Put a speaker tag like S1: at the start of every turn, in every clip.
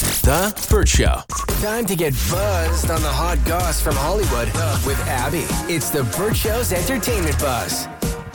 S1: The Burt Show. Time to get buzzed on the hot goss from Hollywood with Abby. It's The Burt Show's entertainment buzz.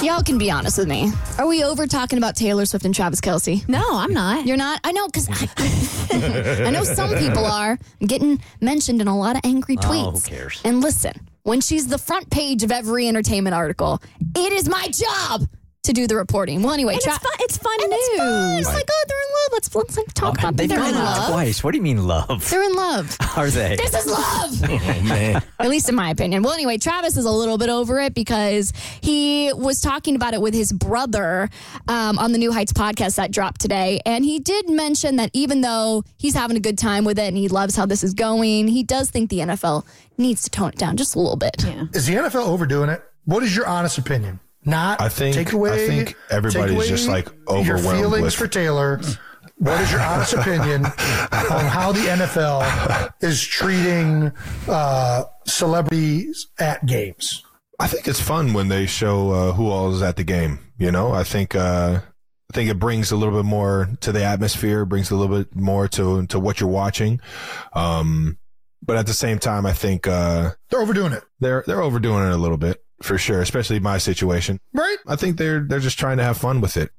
S2: Y'all can be honest with me. Are we over talking about Taylor Swift and Travis Kelsey?
S3: No, I'm not.
S2: You're not? I know, because I, I know some people are I'm getting mentioned in a lot of angry tweets.
S4: who cares?
S2: And listen, when she's the front page of every entertainment article, it is my job to do the reporting. Well, anyway,
S3: And
S2: Tra-
S3: it's fun. It's fun
S2: and
S3: news.
S2: it's fun. It's like, oh, they're in love. Let's, let's like, talk about
S4: They've
S2: them. They're
S4: done
S2: in
S4: that
S2: love.
S4: twice. What do you mean love?
S2: They're in love.
S4: Are they?
S2: This is love.
S1: Oh, man.
S2: At least in my opinion. Well, anyway, Travis is a little bit over it because he was talking about it with his brother um, on the New Heights podcast that dropped today. And he did mention that even though he's having a good time with it and he loves how this is going, he does think the NFL needs to tone it down just a little bit.
S5: Is the NFL overdoing it? What is your honest opinion? Not
S6: I think-
S5: take away,
S6: I think everybody's
S5: take away
S6: just, like,
S5: your
S6: overwhelmed
S5: feelings
S6: with-
S5: for Taylor. What is your honest opinion on how the NFL is treating uh, celebrities at games?
S6: I think it's fun when they show uh, who all is at the game. You know, I think uh, I think it brings a little bit more to the atmosphere, brings a little bit more to to what you're watching. Um, but at the same time, I think uh,
S5: They're overdoing it,
S6: they're they're overdoing it a little bit for sure, especially my situation.
S5: right?
S6: I think they're they're just trying to have fun with it.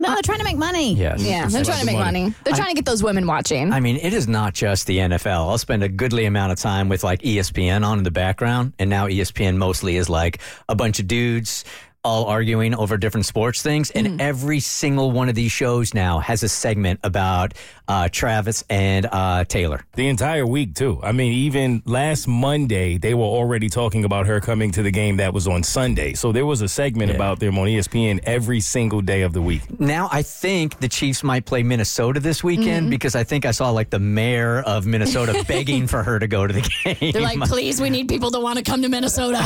S3: no, they're trying to make money.
S4: yes.
S2: Yeah,
S4: It's
S2: they're
S4: about
S2: trying to
S4: the
S2: make money. They're trying to get those women watching.
S4: I mean, it is not just the NFL. I'll spend a goodly amount of time with like E ESPN on in the background, and now E ESPN mostly is like a bunch of dudes all arguing over different sports things. And
S2: Mm-hmm.
S4: every single one of these shows now has a segment about uh, Travis and uh, Taylor.
S7: The entire week, too. I mean, even last Monday, they were already talking about her coming to the game that was on Sunday. So there was a segment about them on E ESPN every single day of the week.
S4: Now I think the Chiefs might play Minnesota this
S2: Mm-hmm.
S4: weekend because I think I saw like the mayor of Minnesota begging for her to go to the game.
S2: They're like, please, we need people to want to come to Minnesota.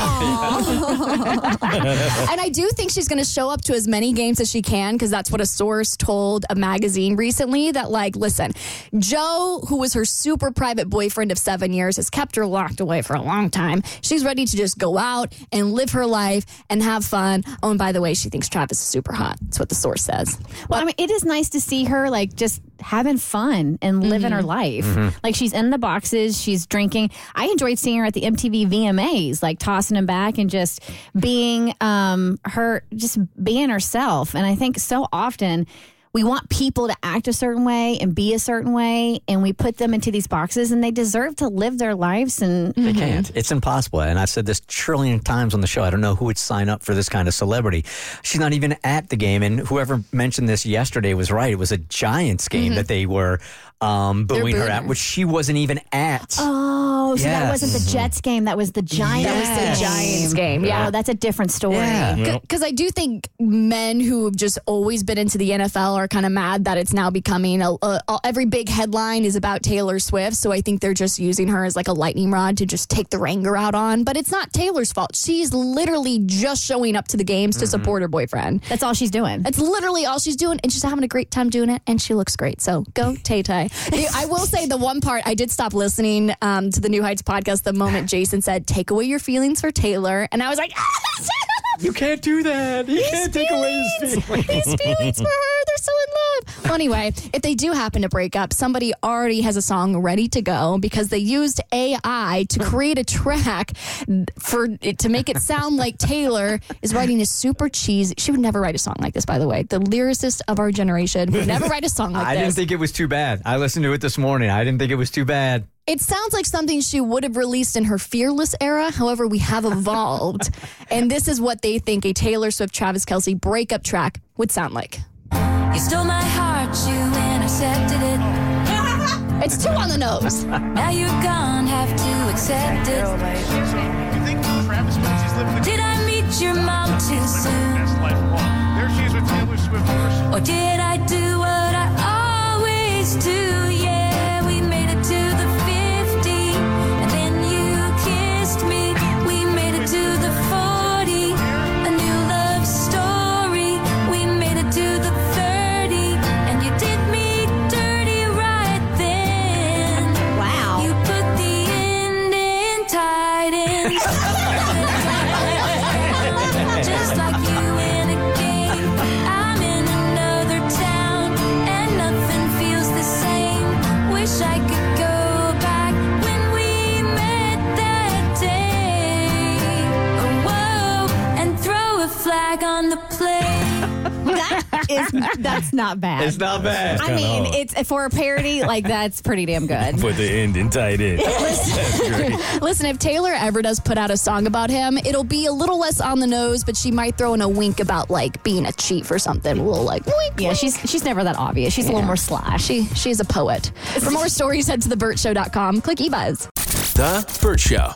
S2: and I do think she's going to show up to as many games as she can because that's what a source told a magazine recently that, like, listen, Joe, who was her super private boyfriend of seven years, has kept her locked away for a long time. She's ready to just go out and live her life and have fun. Oh, and by the way, she thinks Travis is super hot. That's what the source says.
S3: Well, I mean, it is nice to see her like just having fun and living her life. Like she's in the boxes, she's drinking. I enjoyed seeing her at the MTV VMAs, like tossing them back and just being um her just being herself. And I think so often we want people to act a certain way and be a certain way and we put them into these boxes and they deserve to live their lives and
S4: They can't. It's impossible. And I've said this trillion times on the show. I don't know who would sign up for this kind of celebrity. She's not even at the game. And whoever mentioned this yesterday was right. It was a Giants game
S3: Mm-hmm.
S4: that they were um, booing her
S2: booing
S4: at,
S2: her.
S4: which she wasn't even at.
S3: Oh, so that
S4: Yes.
S3: wasn't the Jets game. That was the Giants.
S2: That was the Giants game, yeah.
S3: Oh, that's a different story.
S4: Yeah.
S2: Because I do think men who have just always been into the NFL are kind of mad that it's now becoming a, a, a- every big headline is about Taylor Swift. So I think they're just using her as like a lightning rod to just take the ranger out on. But it's not Taylor's fault. She's literally just showing up to the games to support her boyfriend.
S3: That's all she's doing.
S2: That's literally all she's doing, and she's having a great time doing it, and she looks great. So go Tay Tay. The- I will say the one part I did stop listening um, to the New Heights podcast the moment Jason said, "Take away your feelings for Taylor," and I was like, ah, that's
S4: You can't do that. You can't take away his feelings.
S2: these feelings for her. They're so in love. Well, anyway, if they do happen to break up, somebody already has a song ready to go because they used AI to create a track for it to make it sound like Taylor is writing a super cheesy. She would never write a song like this, by the way. The lyricist of our generation would never write a song like
S4: I
S2: this.
S4: didn't think it was too bad. I listened to it this morning. I didn't think it was too bad.
S2: it sounds like something she would have released in her fearless era. However, we have evolved, and this is what they think a Taylor Swift Travis Kelsey breakup track would sound like.
S8: You stole my heart, you intercepted it.
S2: It's two on the nose.
S8: Now you're gone, have to accept it. Did I meet your mom too soon?
S9: There she is with Taylor Swift first.
S8: Or did I do what I always do? Yeah, we made it to the 50, and then you kissed me. We made it to the 40, a new love story. We made it to the 30, and you did me dirty right then.
S3: wow.
S8: You put the end in tight ends. Just like you in a game, I'm in another town, and nothing feels the same. I could go back when we met that day. Oh, whoa, and throw a flag on the play.
S3: That is, that's not bad.
S4: It's not bad.
S3: I
S7: kinda
S3: mean,
S7: hard.
S3: it's for a parody. Like that's pretty damn good.
S7: Put the end in tight end.
S2: Listen, if Taylor ever does put out a song about him, it'll be a little less on the nose, but she might throw in a wink about like being a chief or something. A little like wink.
S3: Yeah, she's she's never that obvious. She's a little more slash.
S2: She she's a poet. For more stories, head to thebertshow.com. Click eBuzz.
S1: The Burt Show.